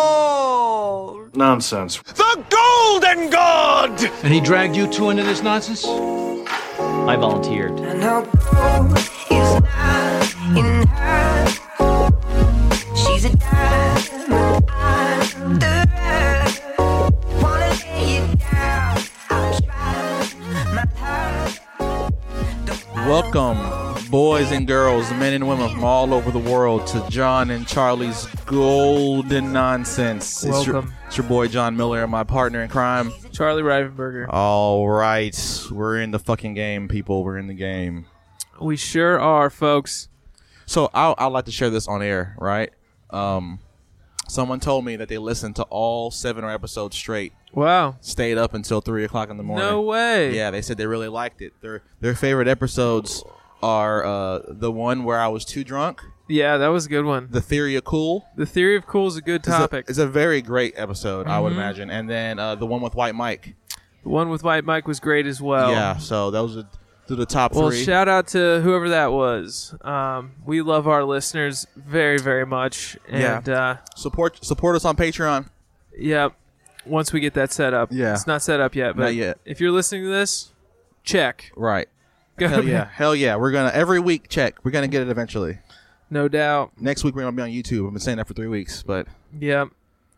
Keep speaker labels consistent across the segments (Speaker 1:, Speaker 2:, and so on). Speaker 1: gold!
Speaker 2: Nonsense.
Speaker 3: The Golden God!
Speaker 4: And he dragged you two into this nonsense?
Speaker 5: I volunteered.
Speaker 1: And how gold is not in her. She's a diamond. I'm the rare. Wanna lay you down. I'll try my hardest.
Speaker 6: Welcome, boys and girls, men and women from all over the world, to John and Charlie's Golden Nonsense. It's your,
Speaker 7: Welcome.
Speaker 6: it's your boy John Miller and my partner in crime.
Speaker 7: Charlie Rivenberger.
Speaker 6: All right, we're in the fucking game, people. We're in the game.
Speaker 7: We sure are, folks.
Speaker 6: So I I'd like to share this on air, right? Um, someone told me that they listened to all seven episodes straight,
Speaker 7: Wow.
Speaker 6: stayed up until three o'clock in the morning.
Speaker 7: No way.
Speaker 6: Yeah, they said they really liked it. Their their favorite episodes are uh, the one where I was too drunk,
Speaker 7: Yeah, that was a good one.
Speaker 6: the theory of cool.
Speaker 7: The theory of cool is a good
Speaker 6: It's a-
Speaker 7: topic. Mm-hmm.
Speaker 6: It's a, very great episode, I would imagine. And then uh, the one with White Mike.
Speaker 7: the one with White Mike was great as well.
Speaker 6: Yeah, so those are to the top
Speaker 7: Oh. Well,
Speaker 6: three.
Speaker 7: shout out to whoever that was. Um, we love our listeners very, very much.
Speaker 6: Yeah.
Speaker 7: And yeah. uh
Speaker 6: support support us on Patreon.
Speaker 7: yep. Once we get that set up.
Speaker 6: Yeah.
Speaker 7: It's not set up yet, but
Speaker 6: Not yet.
Speaker 7: if you're listening to this, check.
Speaker 6: Right.
Speaker 7: Go
Speaker 6: Hell
Speaker 7: back.
Speaker 6: yeah. Hell yeah. We're gonna every week check. We're gonna get it eventually.
Speaker 7: No doubt.
Speaker 6: Next week we're gonna be on YouTube. I've been saying that for three weeks, but
Speaker 7: Yep.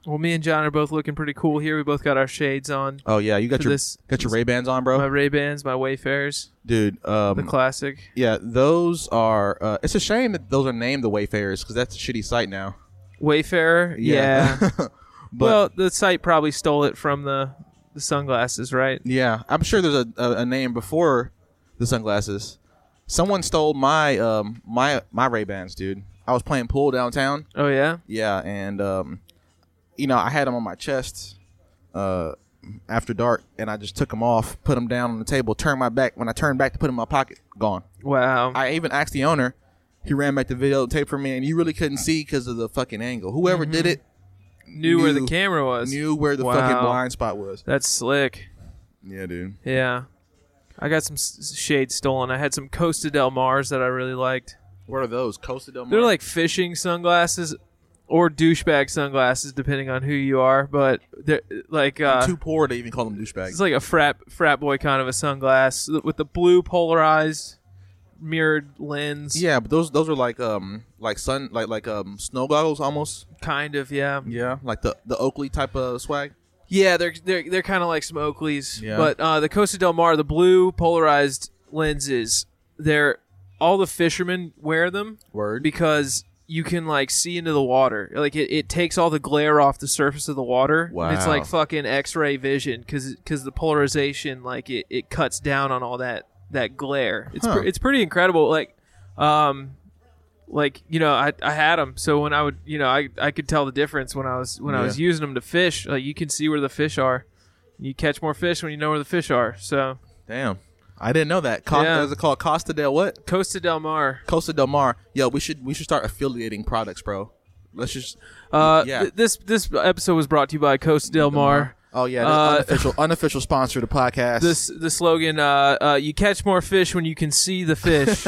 Speaker 7: Well, me and John are both looking pretty cool here. We both got our shades on.
Speaker 6: oh yeah, you got
Speaker 7: For
Speaker 6: your
Speaker 7: this-
Speaker 6: got your Ray Bans on, bro,
Speaker 7: My Ray Bans, my Wayfarers,
Speaker 6: dude. Um,
Speaker 7: the classic.
Speaker 6: yeah, those are. Uh, it's a shame that those are named the Wayfarers because that's a shitty site now.
Speaker 7: Wayfarer. Yeah.
Speaker 6: but
Speaker 7: well, the site probably stole it from the the sunglasses, right?
Speaker 6: yeah, I'm sure there's a, a, a name before the sunglasses. Someone stole my um my my Ray Bans, dude. I was playing pool downtown.
Speaker 7: Oh yeah.
Speaker 6: Yeah, and um, you know, I had them on my chest uh, after dark, and I just took them off, put them down on the table, turned my back. When I turned back to put 'em in my pocket, gone.
Speaker 7: Wow.
Speaker 6: I even asked the owner. He ran back the videotape for me, and you really couldn't see because of the fucking angle. Whoever did it
Speaker 7: knew, where the
Speaker 6: knew-
Speaker 7: camera was.
Speaker 6: knew where the
Speaker 7: Mm-hmm. Wow.
Speaker 6: fucking blind spot was.
Speaker 7: That's slick.
Speaker 6: Yeah, dude.
Speaker 7: Yeah. I got some s- s- shades stolen. I had some Costa Del Mars that I really liked.
Speaker 6: What are those? Costa Del Mar.
Speaker 7: They're like fishing sunglasses or douchebag sunglasses, depending on who you are. But they're like uh,
Speaker 6: too poor to even call them douchebags.
Speaker 7: It's like a frat frat boy kind of a sunglass with the blue polarized mirrored lens.
Speaker 6: yeah, but those those are like um like sun like like um snow goggles almost.
Speaker 7: kind of. Yeah,
Speaker 6: Yeah, like the the Oakley type of swag.
Speaker 7: yeah. They're they're they're kind of like some Oakleys.
Speaker 6: Yeah.
Speaker 7: But uh, the Costa Del Mar, the blue polarized lenses, they're all the fishermen wear them
Speaker 6: Word.
Speaker 7: because you can like see into the water. Like it, it takes all the glare off the surface of the water.
Speaker 6: Wow.
Speaker 7: It's like fucking X-ray vision because the polarization like it, it cuts down on all that that glare. It's
Speaker 6: Huh.
Speaker 7: pre- it's pretty incredible. Like um like you know I, I had them so when I would you know I, I could tell the difference when I was when I was using them to fish. Like you can see where the fish are. You catch more fish when you know where the fish are. So
Speaker 6: Damn. I didn't know that. Co-
Speaker 7: Yeah.
Speaker 6: Is it called Costa del what?
Speaker 7: Costa Del Mar.
Speaker 6: Costa del Mar. Yo, we should we should start affiliating products, bro. Let's just
Speaker 7: Uh,
Speaker 6: Yeah.
Speaker 7: th- this this episode was brought to you by Costa Del Mar.
Speaker 6: Oh yeah,
Speaker 7: Uh,
Speaker 6: that's unofficial unofficial sponsor of the podcast.
Speaker 7: this the slogan uh, uh, you catch more fish when you can see the fish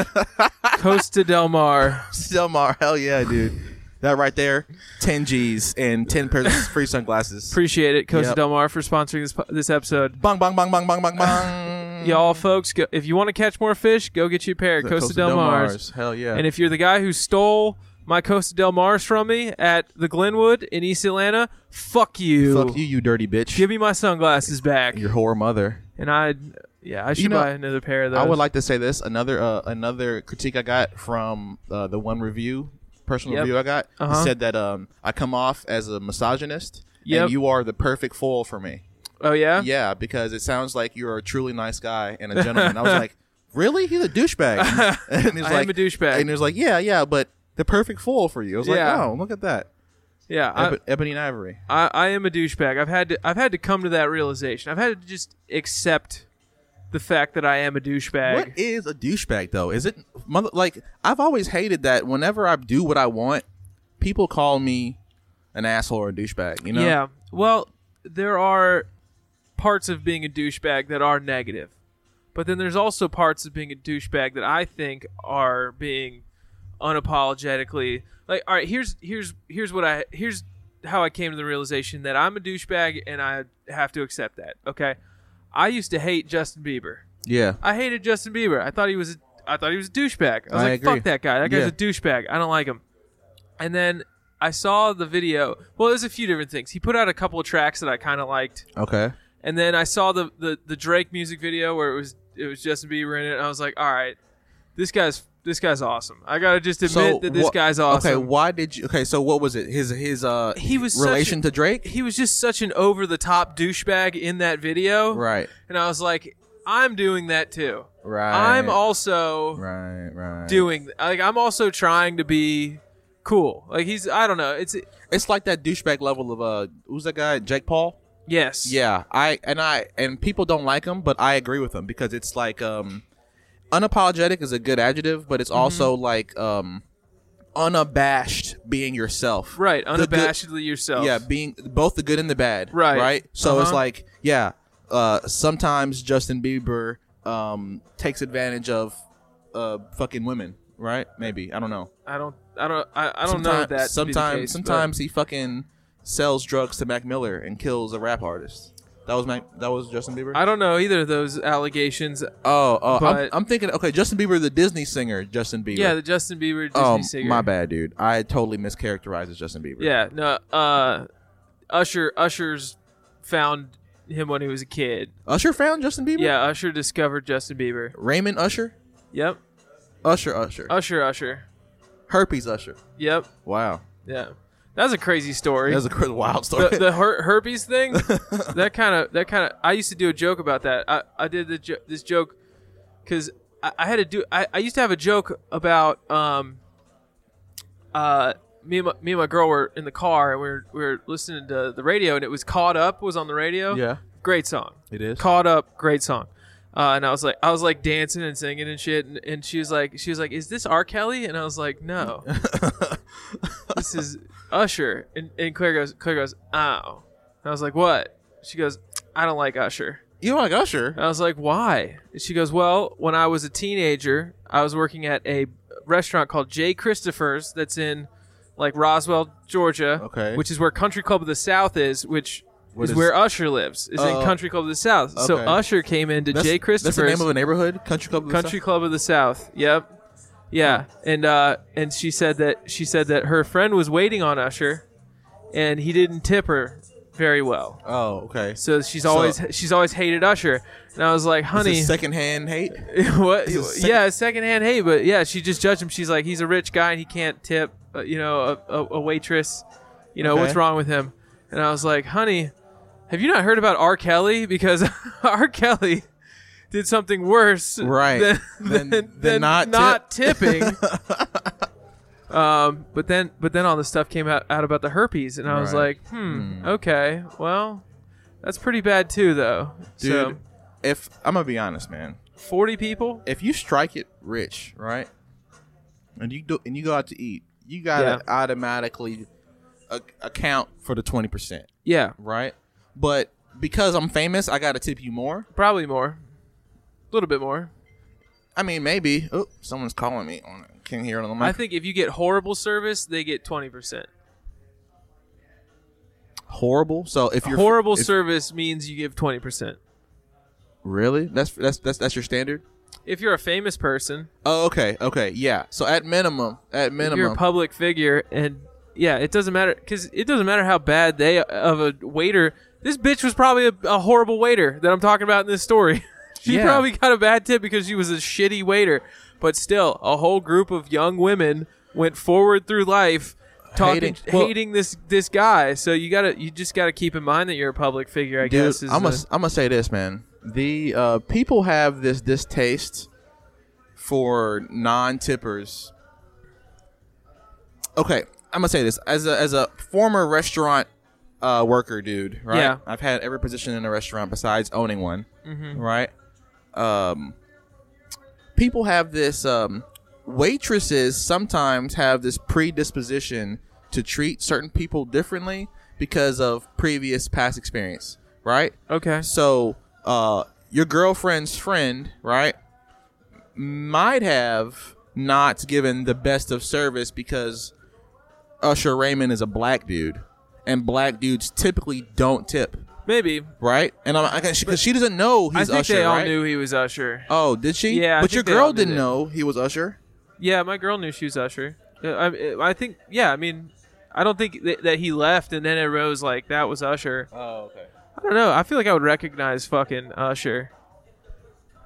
Speaker 7: costa del mar
Speaker 6: Del Mar. Hell yeah, dude. That right there, ten G's and ten pairs of free sunglasses.
Speaker 7: appreciate it costa
Speaker 6: Yep.
Speaker 7: del mar for sponsoring this po- this episode
Speaker 6: bong bong bong bong bong bong bong.
Speaker 7: y'all folks go, if you want to catch more fish go get you a pair of costa, del mar's
Speaker 6: Hell yeah.
Speaker 7: and if you're the guy who stole my costa del mar's from me at the glenwood in east atlanta fuck you
Speaker 6: Fuck you, you dirty bitch.
Speaker 7: give me my sunglasses back
Speaker 6: your whore mother.
Speaker 7: and i yeah i should
Speaker 6: know,
Speaker 7: buy another pair of those
Speaker 6: I would like to say this another uh, another critique I got from uh, the one review personal
Speaker 7: Yep.
Speaker 6: review I got He
Speaker 7: Uh-huh.
Speaker 6: said that um, I come off as a misogynist
Speaker 7: Yep.
Speaker 6: and you are the perfect foil for me.
Speaker 7: oh yeah
Speaker 6: Yeah, because it sounds like you're a truly nice guy and a gentleman. I was like, really? He's a douchebag. and he was
Speaker 7: I am a douchebag.
Speaker 6: And he was like, yeah, yeah, but the perfect foil for you. I was
Speaker 7: Yeah.
Speaker 6: like, oh, look at that,
Speaker 7: yeah I-
Speaker 6: Eb- ebony and ivory.
Speaker 7: I, I am a douchebag. I've had to I've had to come to that realization. I've had to just accept the fact that I am a douchebag.
Speaker 6: What is a douchebag though? Is it mother like I've always hated that whenever I do what I want, people call me an asshole or a douchebag, you know?
Speaker 7: Yeah. Well, there are parts of being a douchebag that are negative. But then there's also parts of being a douchebag that I think are being unapologetically like all right, here's here's here's what I here's how I came to the realization that I'm a douchebag and I have to accept that. Okay, I used to hate Justin Bieber.
Speaker 6: Yeah.
Speaker 7: I hated Justin Bieber. I thought he was a, I thought he was a douchebag. I was
Speaker 6: I
Speaker 7: like,
Speaker 6: agree.
Speaker 7: fuck that guy. That guy's
Speaker 6: Yeah.
Speaker 7: a douchebag. I don't like him. And then I saw the video. Well, there's a few different things. He put out a couple of tracks that I kind of liked,
Speaker 6: Okay.
Speaker 7: and then I saw the, the the Drake music video where it was it was Justin Bieber in it. And I was like, all right, this guy's this guy's awesome. I gotta just admit that this
Speaker 6: wha-
Speaker 7: guy's awesome.
Speaker 6: Okay, why did you? Okay, so what was it? His his uh
Speaker 7: He was such
Speaker 6: relation
Speaker 7: a-
Speaker 6: to Drake,
Speaker 7: he was just such an over the top douchebag in that video,
Speaker 6: right?
Speaker 7: And I was like, I'm doing that too.
Speaker 6: Right.
Speaker 7: I'm also
Speaker 6: Right, right.
Speaker 7: doing like I'm also trying to be cool. Like he's I don't know. It's
Speaker 6: It's like that douchebag level of uh, who's that guy? Jake Paul.
Speaker 7: yes.
Speaker 6: Yeah, I and I and people don't like him, but I agree with him because it's like um, unapologetic is a good adjective, but it's
Speaker 7: Mm-hmm.
Speaker 6: also like um, unabashed being yourself.
Speaker 7: Right,
Speaker 6: The good-
Speaker 7: unabashedly yourself.
Speaker 6: Yeah, being both the good and the bad.
Speaker 7: Right.
Speaker 6: Right. So it's
Speaker 7: Uh-huh.
Speaker 6: like, yeah, uh, sometimes Justin Bieber um, takes advantage of uh, fucking women. Right. Maybe I don't know.
Speaker 7: I don't I don't I, I don't know
Speaker 6: Sometime-
Speaker 7: Oh, that. to be the
Speaker 6: Sometimes,
Speaker 7: case, but-
Speaker 6: sometimes he fucking sells drugs to Mac Miller and kills a rap artist. That was Mac. That was Justin Bieber.
Speaker 7: I don't know either of those allegations.
Speaker 6: oh, oh, I'm,
Speaker 7: but-
Speaker 6: I'm thinking. Okay, Justin Bieber, the Disney singer, Justin Bieber.
Speaker 7: Yeah, the Justin Bieber Disney
Speaker 6: Oh,
Speaker 7: singer.
Speaker 6: my bad, dude. I totally mischaracterized as Justin Bieber.
Speaker 7: Yeah, no uh Usher Usher's found him when he was a kid.
Speaker 6: Usher found Justin Bieber.
Speaker 7: Yeah, Usher discovered Justin Bieber.
Speaker 6: Raymond Usher.
Speaker 7: Yep.
Speaker 6: Usher. Usher.
Speaker 7: Usher Usher.
Speaker 6: Herpes Usher.
Speaker 7: Yep.
Speaker 6: Wow.
Speaker 7: Yeah. That's a crazy story.
Speaker 6: That's a cr- wild story.
Speaker 7: the, the her- herpes thing that kind of that kind of i used to do a joke about that i, I did the jo- this joke because I, I had to do I, I used to have a joke about um uh me and, my, me and my girl were in the car and we were, we were listening to the radio and it was caught up was on the radio
Speaker 6: yeah,
Speaker 7: great song
Speaker 6: it is.
Speaker 7: caught up great song uh, and I was like, I was like dancing and singing and shit, and, and she was like, she was like, "Is this R. Kelly?" And I was like, "No, this is Usher." And, and Claire goes, Claire goes, "Oh," and I was like, "What?" She goes, "I don't like Usher."
Speaker 6: you don't like Usher?
Speaker 7: And I was like, "Why?" And she goes, "Well, when I was a teenager, I was working at a restaurant called J. Christopher's that's in like Roswell, Georgia,
Speaker 6: Okay.
Speaker 7: which is where Country Club of the South is, which."
Speaker 6: What
Speaker 7: is
Speaker 6: is-
Speaker 7: where Usher lives. Is
Speaker 6: Oh.
Speaker 7: in Country Club of the South. So
Speaker 6: Okay.
Speaker 7: Usher came into
Speaker 6: That's-
Speaker 7: J. Christopher's
Speaker 6: That's the name of a neighborhood. Country club. of the
Speaker 7: Country Club of the South. Yep. Yeah. And uh and she said that she said that her friend was waiting on Usher and he didn't tip her very well.
Speaker 6: South? Oh, okay. This
Speaker 7: So she's always she's always hated Usher. And I was like, "Honey,
Speaker 6: is secondhand hate.
Speaker 7: what?
Speaker 6: this is sec-
Speaker 7: yeah, secondhand hate, but yeah, she just judged him. She's like, he's a rich guy and he can't tip, uh, you know, a, a, a waitress. You know,
Speaker 6: Okay.
Speaker 7: what's wrong with him?" And I was like, "Honey, have you not heard about R. Kelly? Because R. Kelly did something worse,
Speaker 6: Right.
Speaker 7: Than,
Speaker 6: Than-
Speaker 7: than,
Speaker 6: than
Speaker 7: than
Speaker 6: not
Speaker 7: not, tipping." um, but then, but then all this stuff came out, out about the herpes, and I was
Speaker 6: Right.
Speaker 7: like, "Hmm, okay, well." That's pretty bad too, though.
Speaker 6: Dude,
Speaker 7: So,
Speaker 6: if I'm gonna be honest, man,
Speaker 7: forty people.
Speaker 6: if you strike it rich, right, and you do, and you go out to eat, you gotta automatically a- account for the twenty percent,
Speaker 7: Yeah,
Speaker 6: right? But because I'm famous, I gotta tip you more.
Speaker 7: Probably more. A little bit more.
Speaker 6: I mean, maybe. Oh, someone's calling me. On, can't hear it on the mic.
Speaker 7: I think if you get horrible service, they get 20%.
Speaker 6: horrible. So if you're
Speaker 7: Horrible
Speaker 6: if-
Speaker 7: service means you give 20%.
Speaker 6: Really? That's that's that's that's your standard?
Speaker 7: If you're a famous person,
Speaker 6: Oh, okay, okay, yeah. So at minimum, at
Speaker 7: if you're a
Speaker 6: minimum,
Speaker 7: public figure, and yeah, it doesn't matter because it doesn't matter how bad they of a waiter. This bitch was probably a, a horrible waiter that I'm talking about in this story. she
Speaker 6: Yeah.
Speaker 7: probably got a bad tip because she was a shitty waiter. But still, a whole group of young women went forward through life. Talking,
Speaker 6: Hating-
Speaker 7: hating,
Speaker 6: well-
Speaker 7: this this guy, so you gotta you just gotta keep in mind that you're a public figure. I
Speaker 6: dude,
Speaker 7: guess is
Speaker 6: I'm
Speaker 7: the-
Speaker 6: gonna I'm gonna say this, man. The uh, people have this distaste for non-tippers. Okay, I'm gonna say this as a as a former restaurant uh, worker, dude. Right?
Speaker 7: Yeah. Mm-hmm.
Speaker 6: I've had every position in a restaurant besides owning one. Right. Um, people have this. Um, waitresses sometimes have this predisposition to treat certain people differently because of previous past experience. Right.
Speaker 7: okay.
Speaker 6: So, uh, your girlfriend's friend, right, might have not given the best of service because Usher Raymond is a black dude, and black dudes typically don't tip,
Speaker 7: Maybe.
Speaker 6: right? And I'm because she, 'cause she doesn't know
Speaker 7: I
Speaker 6: he's
Speaker 7: think
Speaker 6: Usher,
Speaker 7: they all
Speaker 6: right?
Speaker 7: knew he was Usher.
Speaker 6: Oh, did she?
Speaker 7: Yeah, I
Speaker 6: but
Speaker 7: think
Speaker 6: your
Speaker 7: they all
Speaker 6: girl
Speaker 7: knew
Speaker 6: didn't
Speaker 7: that.
Speaker 6: know he was Usher.
Speaker 7: Yeah, my girl knew she was Usher. Uh, I, I think. Yeah, I mean, I don't think th- that he left and then it rose like that was Usher.
Speaker 6: Oh, okay.
Speaker 7: I don't know. I feel like I would recognize fucking Usher.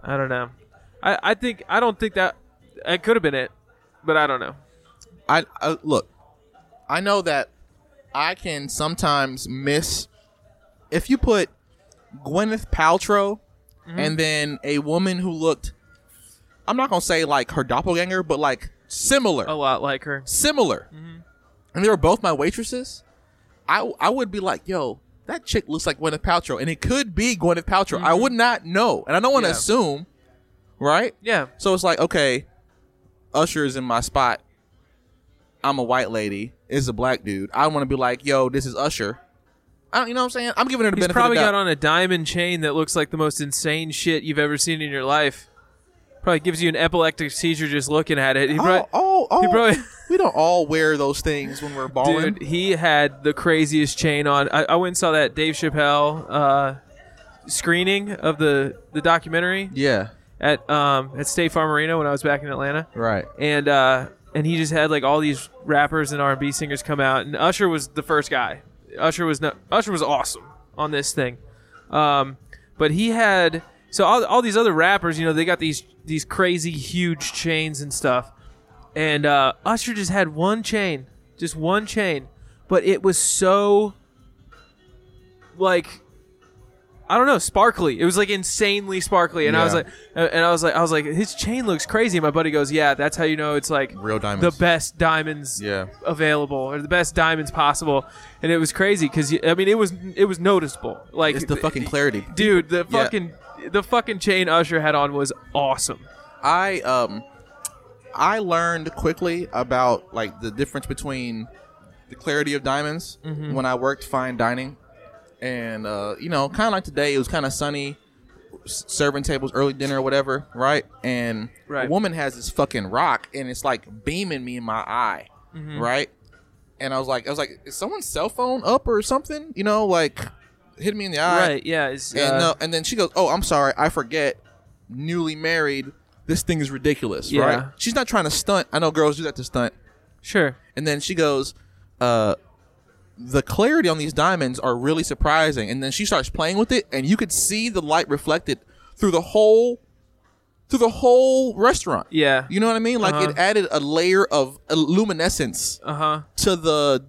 Speaker 7: I don't know. I, I think I don't think that it could have been it, but I don't know.
Speaker 6: I, I look. I know that I can sometimes miss if you put Gwyneth Paltrow and then a woman who looked. I'm not gonna say like her doppelganger, but like similar,
Speaker 7: A lot like her.
Speaker 6: similar, and they were both my waitresses. I I would be like, yo, that chick looks like Gwyneth Paltrow, and it could be Gwyneth Paltrow. I would not know, and I don't want to
Speaker 7: Yeah.
Speaker 6: assume, right?
Speaker 7: Yeah.
Speaker 6: So it's like, okay, Usher is in my spot. I'm a white lady. It's a black dude. I want to be like, yo, this is Usher. I don't, you know what I'm saying? I'm giving her the
Speaker 7: He's
Speaker 6: benefit
Speaker 7: probably
Speaker 6: of the
Speaker 7: got
Speaker 6: doubt.
Speaker 7: on a diamond chain that looks like the most insane shit you've ever seen in your life. Probably gives you an epileptic seizure just looking at it. He
Speaker 6: oh,
Speaker 7: prob-
Speaker 6: oh, oh.
Speaker 7: he probably-
Speaker 6: we don't all wear those things when we're balling.
Speaker 7: dude, he had the craziest chain on. I, I went and saw that Dave Chappelle uh, screening of the the documentary
Speaker 6: Yeah,
Speaker 7: at um, at State Farm Arena when I was back in Atlanta.
Speaker 6: right.
Speaker 7: and uh, and he just had like all these rappers and R and B singers come out, and Usher was the first guy. Usher was no, Usher was awesome on this thing, um, but he had so all, all these other rappers, you know, they got these these crazy huge chains and stuff, and uh, Usher just had one chain, just one chain, but it was so like. I don't know, sparkly. It was like insanely sparkly, and I was
Speaker 6: Yeah.
Speaker 7: like, and I was like, I was like, his chain looks crazy. And my buddy goes, yeah, that's how you know it's like
Speaker 6: Real diamonds.
Speaker 7: the best diamonds
Speaker 6: Yeah.
Speaker 7: available or the best diamonds possible. And it was crazy because I mean, it was it was noticeable. Like
Speaker 6: It's the fucking clarity.
Speaker 7: dude, the fucking the fucking chain Usher had on was awesome.
Speaker 6: I um I learned quickly about like the difference between the clarity of diamonds when I worked fine dining, and uh, you know, kind of like today, it was kind of sunny, s- serving tables, early dinner, or whatever, right? And
Speaker 7: Right.
Speaker 6: a woman has this fucking rock, and it's like beaming me in my eye, right? And I was like, I was like, is someone's cell phone up or something? You know, like hit me in the eye,
Speaker 7: right? Yeah. It's,
Speaker 6: and
Speaker 7: uh,
Speaker 6: no, and then she goes, "Oh, I'm sorry, I forget. Newly married. This thing is ridiculous,
Speaker 7: Yeah.
Speaker 6: right?" She's not trying to stunt. I know girls do that to stunt.
Speaker 7: sure.
Speaker 6: And then she goes, "Uh, the clarity on these diamonds are really surprising." And then she starts playing with it, and you could see the light reflected through the whole, through the whole restaurant.
Speaker 7: Yeah.
Speaker 6: You know what I mean? Like
Speaker 7: Uh-huh.
Speaker 6: it added a layer of luminescence
Speaker 7: Uh huh.
Speaker 6: to the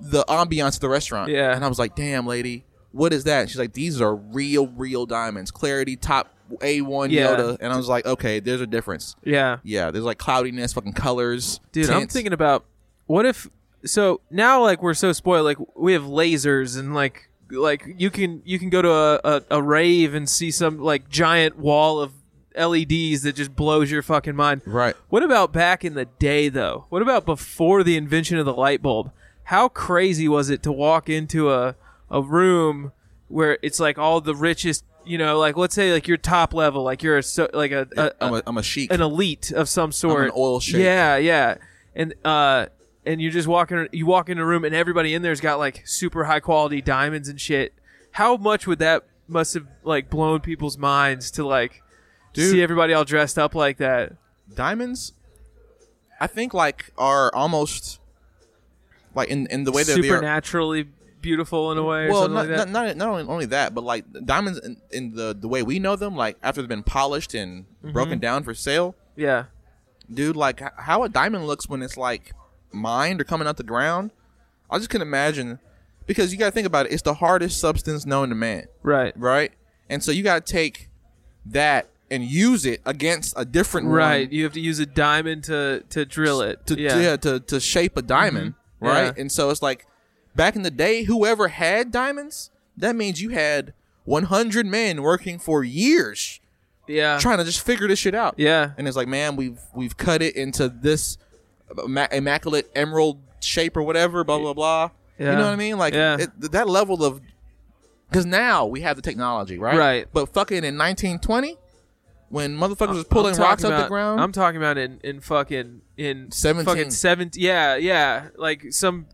Speaker 6: the ambiance of the restaurant.
Speaker 7: Yeah.
Speaker 6: And I was like, damn, lady, what is that? She's like, these are real, real diamonds. Clarity, top A1
Speaker 7: Yeah.
Speaker 6: Yoda. And I was like, okay, there's a difference.
Speaker 7: Yeah.
Speaker 6: Yeah, there's like cloudiness, fucking colors.
Speaker 7: Dude, I'm
Speaker 6: tints.
Speaker 7: thinking about what if so now like we're so spoiled like we have lasers and like like you can you can go to a, a, a rave and see some like giant wall of LEDs that just blows your fucking mind.
Speaker 6: Right.
Speaker 7: What about back in the day though? What about before the invention of the light bulb? How crazy was it to walk into a a room where it's like all the richest, you know, like let's say like your top level, like you're a so, like a, a,
Speaker 6: I'm a, I'm a sheik.
Speaker 7: an elite of some sort.
Speaker 6: oil sheik.
Speaker 7: Yeah, yeah. And uh and you're just walking you walk in a room and everybody in there's got like super high quality diamonds and shit. How much would that must have like blown people's minds to like see everybody all dressed up like that?
Speaker 6: diamonds, I think, like, are almost like in, in the way that they are.
Speaker 7: Supernaturally beautiful in a way or
Speaker 6: well,
Speaker 7: something
Speaker 6: not,
Speaker 7: like that.
Speaker 6: not, not not only, only that, but like diamonds in, in the the way we know them, like after they've been polished and
Speaker 7: Mm-hmm.
Speaker 6: broken down for sale,
Speaker 7: yeah.
Speaker 6: dude like h- how a diamond looks when it's like mined or coming out the ground i just can imagine because you gotta think about it it's the hardest substance known to man
Speaker 7: Right.
Speaker 6: right and so you gotta take that and use it against a different one
Speaker 7: Right. You have to use a diamond to to drill it.
Speaker 6: to,
Speaker 7: yeah.
Speaker 6: yeah. to, to shape a diamond
Speaker 7: Mhm.
Speaker 6: right
Speaker 7: Yeah.
Speaker 6: and so it's like back in the day whoever had diamonds that means you had 100 men working for years
Speaker 7: yeah.
Speaker 6: trying to just figure this shit out
Speaker 7: yeah.
Speaker 6: and it's like, man, we've we've cut it into this imma- immaculate emerald shape or whatever, blah blah blah.
Speaker 7: Yeah.
Speaker 6: You know what I mean? Like
Speaker 7: Yeah.
Speaker 6: it, th- that level of because now we have the technology, right?
Speaker 7: Right.
Speaker 6: But fucking in 1920, when motherfuckers was
Speaker 7: I'm
Speaker 6: pulling
Speaker 7: talking
Speaker 6: rocks up
Speaker 7: about-
Speaker 6: the ground,
Speaker 7: I'm talking about in in fucking in
Speaker 6: 17.
Speaker 7: fucking seventeen. Yeah, yeah. Like some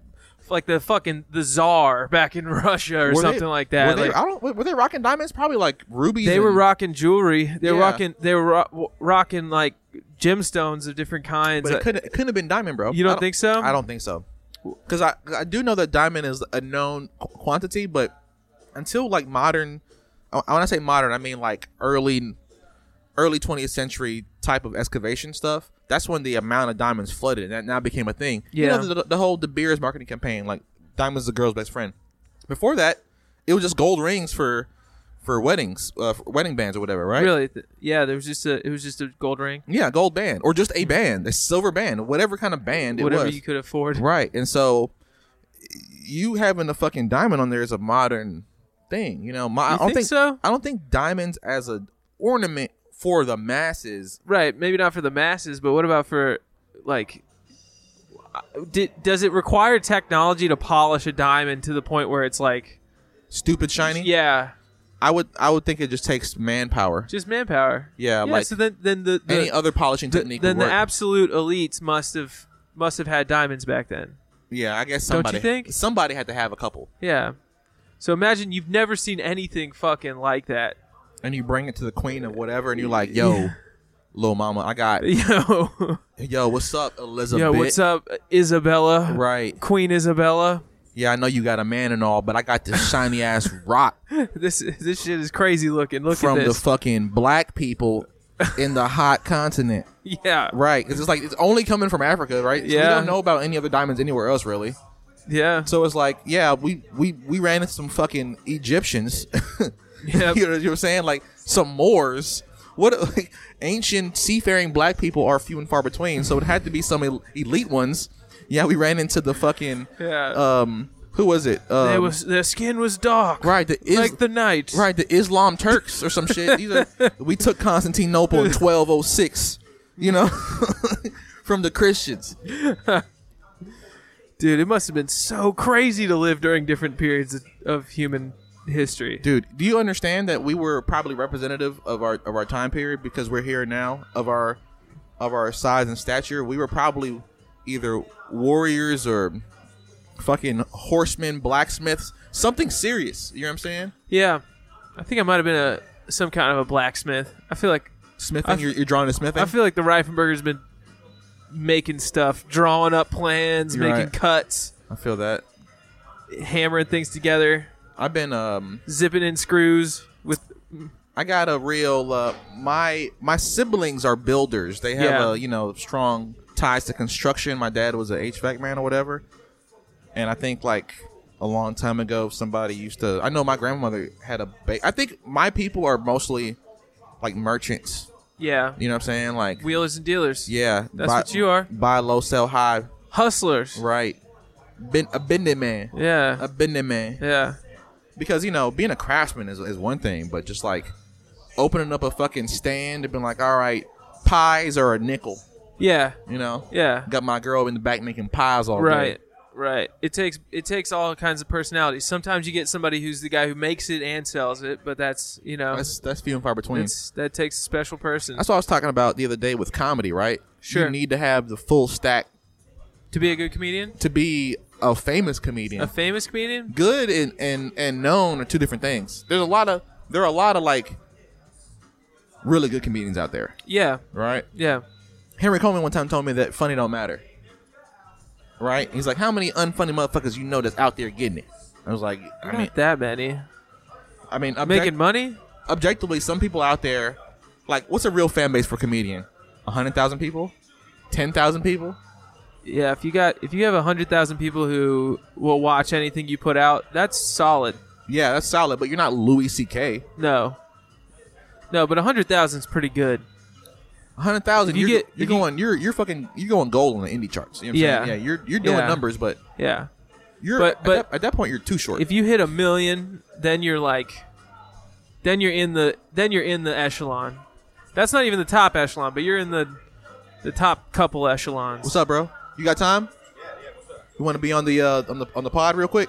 Speaker 7: like the fucking the czar back in Russia or
Speaker 6: Were they-
Speaker 7: something like that.
Speaker 6: Were they,
Speaker 7: Like,
Speaker 6: I don't. Were they rocking diamonds? Probably like rubies.
Speaker 7: they
Speaker 6: and-
Speaker 7: were rocking jewelry. They were
Speaker 6: Yeah.
Speaker 7: rocking. They were ro- w- rocking like gemstones of different kinds.
Speaker 6: But
Speaker 7: Uh,
Speaker 6: it couldn't. It couldn't have been diamond, bro.
Speaker 7: You don't
Speaker 6: I
Speaker 7: think so?
Speaker 6: I don't think so. Because I 'cause I do know that diamond is a known qu- quantity, but until like modern, I when I say modern, I mean like early, early 20th century type of excavation stuff. That's when the amount of diamonds flooded, and that now became a thing. You know,
Speaker 7: Yeah.
Speaker 6: the, the whole De Beers marketing campaign, like diamonds is the girl's best friend. Before that, it was just gold rings for for weddings, uh, for wedding bands or whatever, right?
Speaker 7: really. Th- yeah, there was just a. It was just a gold ring,
Speaker 6: Yeah, gold band or just a band, a silver band, whatever kind of band it
Speaker 7: Mm-hmm. whatever
Speaker 6: was.
Speaker 7: you could afford.
Speaker 6: Right. And so you having a fucking diamond on there is a modern thing. You know, my, I
Speaker 7: You
Speaker 6: don't
Speaker 7: think so?
Speaker 6: I don't think diamonds as an ornament for the masses.
Speaker 7: Right, maybe not for the masses, but what about for like uh, di does it require technology to polish a diamond to the point where it's like
Speaker 6: Stupid shiny.
Speaker 7: yeah,
Speaker 6: I would I would think it just takes manpower.
Speaker 7: just manpower.
Speaker 6: Yeah, like
Speaker 7: so then then the, the
Speaker 6: Any other polishing
Speaker 7: the-
Speaker 6: technique.
Speaker 7: then
Speaker 6: would
Speaker 7: the
Speaker 6: work.
Speaker 7: absolute elites must have must have had diamonds back then.
Speaker 6: Yeah, I guess
Speaker 7: Don't you
Speaker 6: somebody.
Speaker 7: think?
Speaker 6: somebody had to have a couple,
Speaker 7: Yeah. So imagine you've never seen anything fucking like that.
Speaker 6: and you bring it to the queen of whatever, and you're like, "Yo, little mama, I got.
Speaker 7: Yo.
Speaker 6: Yo, what's up, Elizabeth?
Speaker 7: Yo, what's up Isabella?
Speaker 6: Right.
Speaker 7: Queen Isabella.
Speaker 6: Yeah, I know you got a man and all, but I got this shiny ass rock
Speaker 7: This this shit is crazy looking. Look
Speaker 6: from
Speaker 7: at
Speaker 6: the
Speaker 7: this.
Speaker 6: fucking black people in the hot continent.
Speaker 7: yeah.
Speaker 6: Right. 'cause it's like it's only coming from Africa, right? So
Speaker 7: Yeah.
Speaker 6: we don't know about any other diamonds anywhere else really.
Speaker 7: Yeah.
Speaker 6: So it's like, yeah, we we we ran into some fucking Egyptians.
Speaker 7: Yep.
Speaker 6: you, know, you know what I'm saying? Like some Moors. What like, ancient seafaring black people are few and far between, so it had to be some el- elite ones. Yeah, we ran into the fucking
Speaker 7: Yeah.
Speaker 6: um who was it? Um,
Speaker 7: They was their skin was dark,
Speaker 6: right, the is-
Speaker 7: like the night.
Speaker 6: Right, the Islam Turks or some shit. These are, we took Constantinople in 1206, you know, from the Christians.
Speaker 7: dude. It must have been so crazy to live during different periods of, of human history.
Speaker 6: Dude, do you understand that we were probably representative of our of our time period because we're here now of our of our size and stature? We were probably either warriors or fucking horsemen, blacksmiths, something serious. You know what I'm saying?
Speaker 7: Yeah, I think I might have been a some kind of a blacksmith. I feel like
Speaker 6: Smithing,
Speaker 7: I f-
Speaker 6: you're, you're drawing a smithing.
Speaker 7: I feel like the Reifenberger's been making stuff, drawing up plans,
Speaker 6: You're
Speaker 7: making
Speaker 6: right.
Speaker 7: cuts,
Speaker 6: I feel that.
Speaker 7: hammering things together,
Speaker 6: I've been um
Speaker 7: zipping in screws with.
Speaker 6: I got a real uh, my my siblings are builders. They have
Speaker 7: Yeah.
Speaker 6: a you know strong ties to construction. My dad was a HVAC man or whatever, and I think like a long time ago somebody used to. I know my grandmother had a. Ba- I think my people are mostly like merchants.
Speaker 7: Yeah,
Speaker 6: You know what I'm saying? Like
Speaker 7: wheelers and dealers.
Speaker 6: yeah,
Speaker 7: That's what you are.
Speaker 6: Buy low, sell high.
Speaker 7: hustlers.
Speaker 6: Right, ben, a bending man,
Speaker 7: Yeah,
Speaker 6: a bending man.
Speaker 7: yeah,
Speaker 6: because you know being a craftsman is, is one thing but just like opening up a fucking stand and being like all right pies are a nickel
Speaker 7: yeah,
Speaker 6: you know
Speaker 7: yeah.
Speaker 6: got my girl in the back making pies all
Speaker 7: right
Speaker 6: day.
Speaker 7: right it takes it takes all kinds of personalities sometimes you get somebody who's the guy who makes it and sells it but that's you know
Speaker 6: that's that's few and far between
Speaker 7: that's- that takes a special person
Speaker 6: that's what i was talking about the other day with comedy right
Speaker 7: Sure.
Speaker 6: you need to have the full stack
Speaker 7: to be a good comedian
Speaker 6: to be a famous comedian
Speaker 7: a famous comedian
Speaker 6: good and, and and known are two different things there's a lot of there are a lot of like really good comedians out there
Speaker 7: yeah
Speaker 6: right
Speaker 7: yeah
Speaker 6: Henry Coleman one time told me that funny don't matter. Right? He's like, how many unfunny motherfuckers you know that's out there getting it? I was like, I mean,
Speaker 7: not that many
Speaker 6: I mean, object-
Speaker 7: making money
Speaker 6: objectively, some people out there, like, what's a real fan base for comedian? hundred thousand people, ten thousand people.
Speaker 7: yeah if you got if you have a hundred thousand people who will watch anything you put out that's solid
Speaker 6: Yeah, that's solid, but you're not Louis C.K.
Speaker 7: no no but a hundred thousand's pretty good
Speaker 6: hundred thousand.
Speaker 7: If you
Speaker 6: You
Speaker 7: get-
Speaker 6: get, you're
Speaker 7: if you-
Speaker 6: going, you're you're fucking, you're going gold on the indie charts. You know what I'm
Speaker 7: Yeah.
Speaker 6: saying? yeah, you're you're doing
Speaker 7: Yeah.
Speaker 6: numbers, but
Speaker 7: yeah
Speaker 6: you're
Speaker 7: But-
Speaker 6: at,
Speaker 7: but-
Speaker 6: that, at that point you're too short.
Speaker 7: if you hit a million, then you're like, then you're in the then you're in the echelon. That's not even the top echelon, but you're in the the top couple echelons.
Speaker 6: What's up, bro? You got time? You want to be on the uh, on the on the pod real quick?